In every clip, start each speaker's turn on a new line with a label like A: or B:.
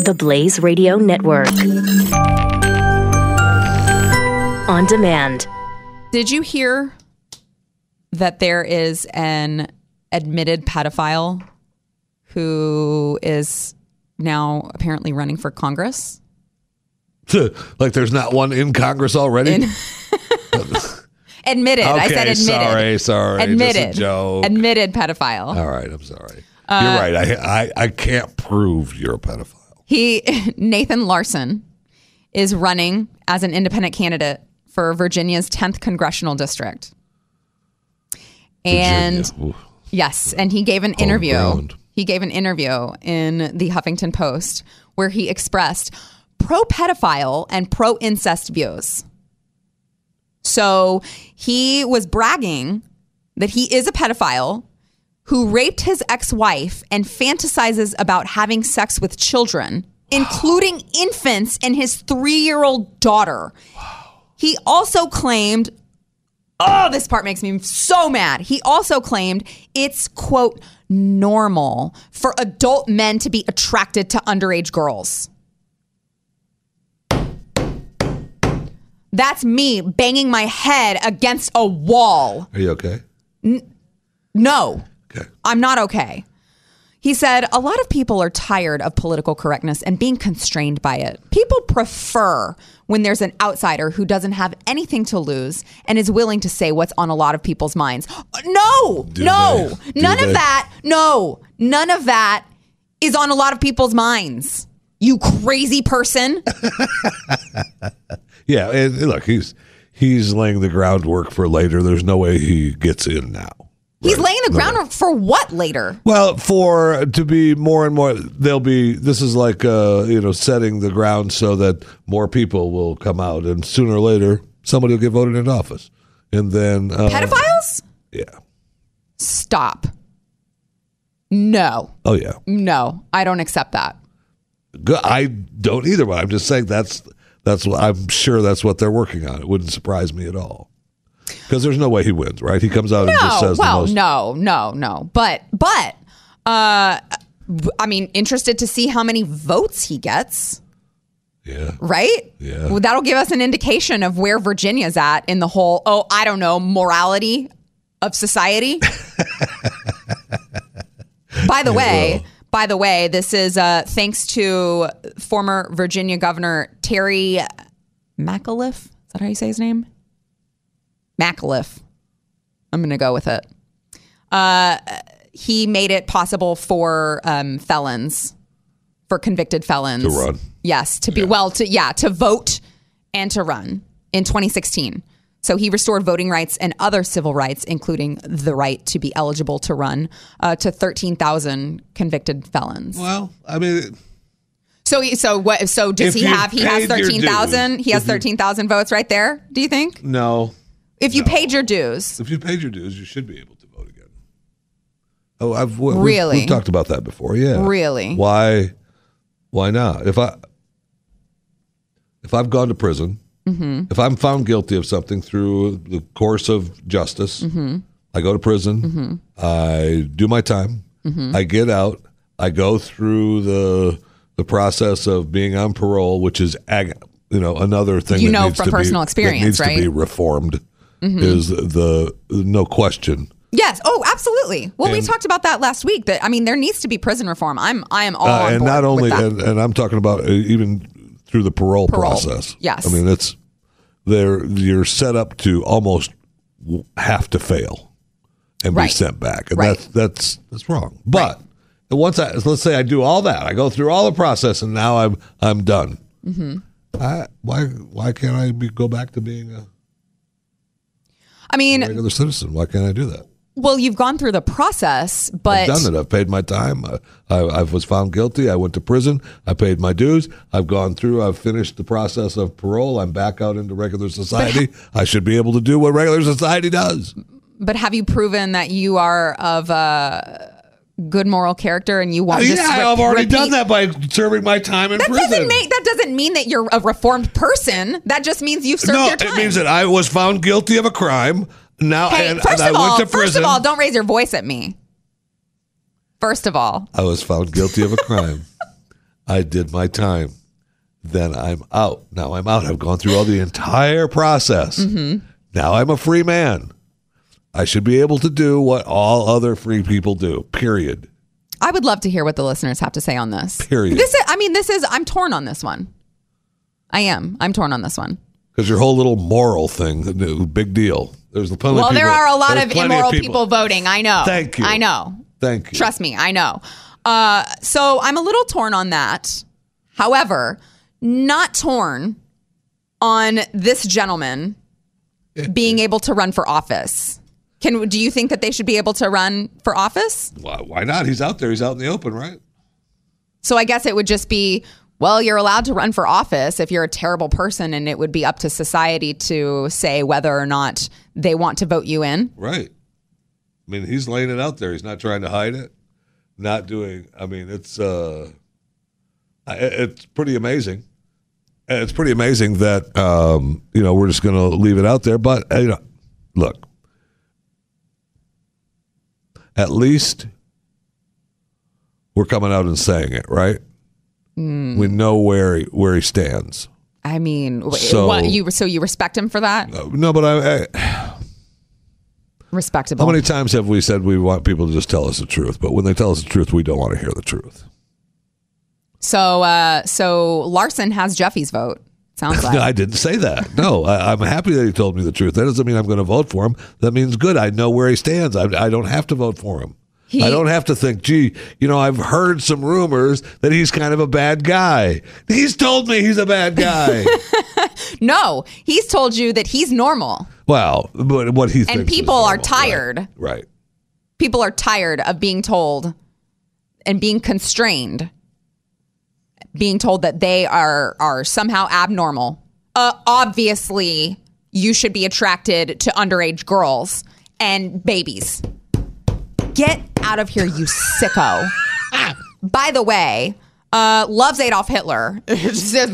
A: The Blaze Radio Network. On demand.
B: Did you hear that there is an admitted pedophile who is now apparently running for Congress?
C: like there's not one in Congress already.
B: Admitted. I said
C: Okay,
B: admitted.
C: sorry, sorry, just a
B: Admitted.
C: joke. Oh.
B: Admitted pedophile.
C: All right, I'm sorry.
B: Uh,
C: you're right. I, I I can't prove you're a pedophile.
B: He Nathan Larson is running as an independent candidate for Virginia's 10th congressional district. And
C: Virginia. Ooh.
B: Yes, and he gave an interview.
C: ground.
B: He gave an interview in the Huffington Post where he expressed pro pedophile and pro incest views. So he was bragging that he is a pedophile who raped his ex wife and fantasizes about having sex with children, including infants and his three year old daughter. He also claimed Oh, this part makes me so mad. He also claimed it's, quote, normal for adult men to be attracted to underage girls. That's me banging my head against a wall.
C: Are you okay?
B: No.
C: Okay.
B: I'm not okay. He said, a lot of people are tired of political correctness and being constrained by it. People prefer when there's an outsider who doesn't have anything to lose and is willing to say what's on a lot of people's minds. No,
C: Do
B: no,
C: they? Do
B: none
C: they?
B: of that, no, none of that is on a lot of people's minds. You crazy person.
C: Yeah. And and look, he's he's laying the groundwork for later. There's no way he gets in now.
B: He's
C: Right?
B: laying the
C: No way.
B: groundwork for what later?
C: Well, for to be more and more, they'll be. This is like uh, you know setting the ground so that more people will come out, and sooner or later somebody will get voted into office, and then uh,
B: Pedophiles?
C: Yeah.
B: Stop. No,
C: Oh yeah.
B: no, I don't accept that.
C: Good. I don't either, but I'm just saying that's that's what I'm sure that's what they're working on. It wouldn't surprise me at all because there's no way he wins, right? He comes out and just
B: No,
C: says
B: well,
C: the most.
B: no, no, no. But but uh I mean, interested to see how many votes he gets,
C: Yeah.
B: right?
C: Yeah.
B: Well, that'll give us an indication of where Virginia's at in the whole, oh, I don't know, morality of society. by the way, by the way, this is uh thanks to former Virginia Governor Terry McAuliffe. Is that how you say his name? McAuliffe. I'm going to go with it. Uh, he made it possible for um, felons, for convicted felons,
C: To run.
B: Yes, to be well, to yeah, to vote and to run in 2016. So he restored voting rights and other civil rights, including the right to be eligible to run, uh, to 13,000 convicted felons.
C: Well, I mean,
B: So, he- so what? So
C: If
B: does he
C: you've
B: have? He has
C: paid your dues.
B: thirteen thousand. He has thirteen thousand votes right there. Do you think?
C: no.
B: If you paid your dues,
C: If you paid your dues, you should be able to vote again. Oh, I've we,
B: Really?
C: we we've talked about that before. Yeah,
B: Really?
C: Why? Why not? If I if I've gone to prison,
B: Mm-hmm.
C: if I'm found guilty of something through the course of justice,
B: Mm-hmm.
C: I go to prison. I do my time.
B: Mm-hmm.
C: I get out. I go through the the process of being on parole, which is ag- you know another thing
B: You
C: that
B: know
C: needs
B: from
C: to be-
B: personal
C: that
B: experience,
C: needs
B: right? Mm-hmm.
C: To be reformed is the no question.
B: yes. Oh, absolutely. Well, we
C: And-
B: talked about that last week. That I mean, there needs to be prison reform. I'm I am all
C: Uh,
B: on
C: and
B: board
C: not only,
B: with that.
C: and, and I'm talking about uh, even through the parole,
B: Parole.
C: process.
B: Yes.
C: I mean it's they're you're set up to almost w- have to fail and
B: Right.
C: be sent back, and
B: Right.
C: that's that's that's wrong. But once I let's say I do all that, I go through all the process, and now I'm I'm done.
B: Mm-hmm.
C: I, why why can't I be, go back to being a
B: I mean,
C: regular citizen? Why can't I do that?
B: well, you've gone through the process, but
C: I've done it. I've paid my time. I, I, I was found guilty. I went to prison. I paid my dues. I've gone through. I've finished the process of parole. I'm back out into regular society. I should be able to do what regular society does.
B: but have you proven that you are of a good moral character and you won't?
C: yeah,
B: just re-
C: I've already
B: repeat-
C: done that by serving my time in
B: That
C: prison.
B: doesn't make that doesn't mean that you're a reformed person. That just means you've served
C: no,
B: your time.
C: it means that I was found guilty of a crime. Now,
B: Hey,
C: and,
B: first
C: and I
B: of all,
C: went to prison.
B: first of all, don't raise your voice at me. First of all,
C: I was found guilty of a crime. I did my time. Then I'm out. Now I'm out. I've gone through all the entire process.
B: Mm-hmm.
C: Now I'm a free man. I should be able to do what all other free people do. Period.
B: I would love to hear what the listeners have to say on this.
C: Period.
B: This is, I mean, this is, I'm torn on this one. I am. I'm torn on this one.
C: Because your whole little moral thing, no, big deal. There's plenty of
B: well, there
C: people-
B: are a lot
C: there's
B: of
C: plenty
B: immoral people. voting. I know.
C: Thank you.
B: I know.
C: Thank you.
B: Trust me, I know. Uh, so I'm a little torn on that. However, not torn on this gentleman being able to run for office. Can do you think that they should be able to run for office?
C: Why, why not? He's out there. He's out in the open, right?
B: So I guess it would just be, well, you're allowed to run for office if you're a terrible person, and it would be up to society to say whether or not they want to vote you in.
C: Right. I mean, he's laying it out there. He's not trying to hide it. Not doing. I mean, it's uh, I- it's pretty amazing. And It's pretty amazing that um, you know we're just going to leave it out there. But uh, you know, look, at least we're coming out and saying it, right? We know where he, where he stands.
B: I mean, wh-
C: So-
B: what you so you respect him for that?
C: Uh, No, but I, I
B: Respectable.
C: How many times have we said we want people to just tell us the truth, but when they tell us the truth, we don't want to hear the truth?
B: So, uh, so Larson has Jeffy's vote. Sounds
C: No,
B: like.
C: I didn't say that. No, I, I'm happy that he told me the truth. That doesn't mean I'm going to vote for him. That means good. I know where he stands. I, I don't have to vote for him. I don't have to think, gee, you know, I've heard some rumors that he's kind of a bad guy. He's told me he's a bad guy.
B: no, he's told you that he's normal.
C: well, but what he thinks
B: And
C: is
B: people are
C: normal, right,
B: tired.
C: Right.
B: People are tired of being told and being constrained, being told that they are are somehow abnormal. Uh, obviously, you should be attracted to underage girls and babies. Get out of here, you sicko. By the way, uh, loves Adolf Hitler. It's the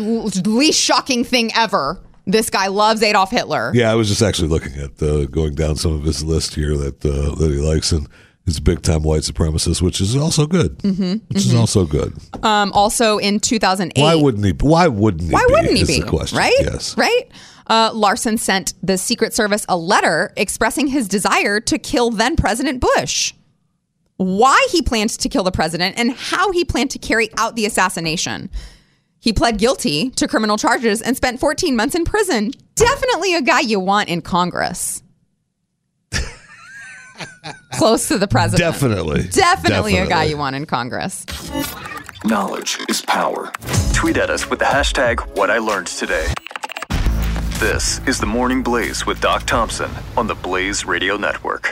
B: least shocking thing ever. This guy loves Adolf Hitler.
C: Yeah, I was just actually looking at uh, going down some of his list here that uh, that he likes, and he's a big time white supremacist, which is also good. Mm-hmm, which is also good.
B: Um, also in 2008.
C: Why wouldn't he? Why wouldn't he?
B: Why
C: be,
B: wouldn't he
C: is
B: be?
C: The question.
B: Right?
C: Yes.
B: Right? Uh, Larson sent the Secret Service a letter expressing his desire to kill then President Bush. Why he planned to kill the president and how he planned to carry out the assassination. He pled guilty to criminal charges and spent 14 months in prison. Definitely a guy you want in Congress. Close to the president.
C: Definitely.
B: Definitely a guy you want in Congress.
D: Knowledge is power. Tweet at us with the hashtag what I learned today. This is the Morning Blaze with Doc Thompson on the Blaze Radio Network.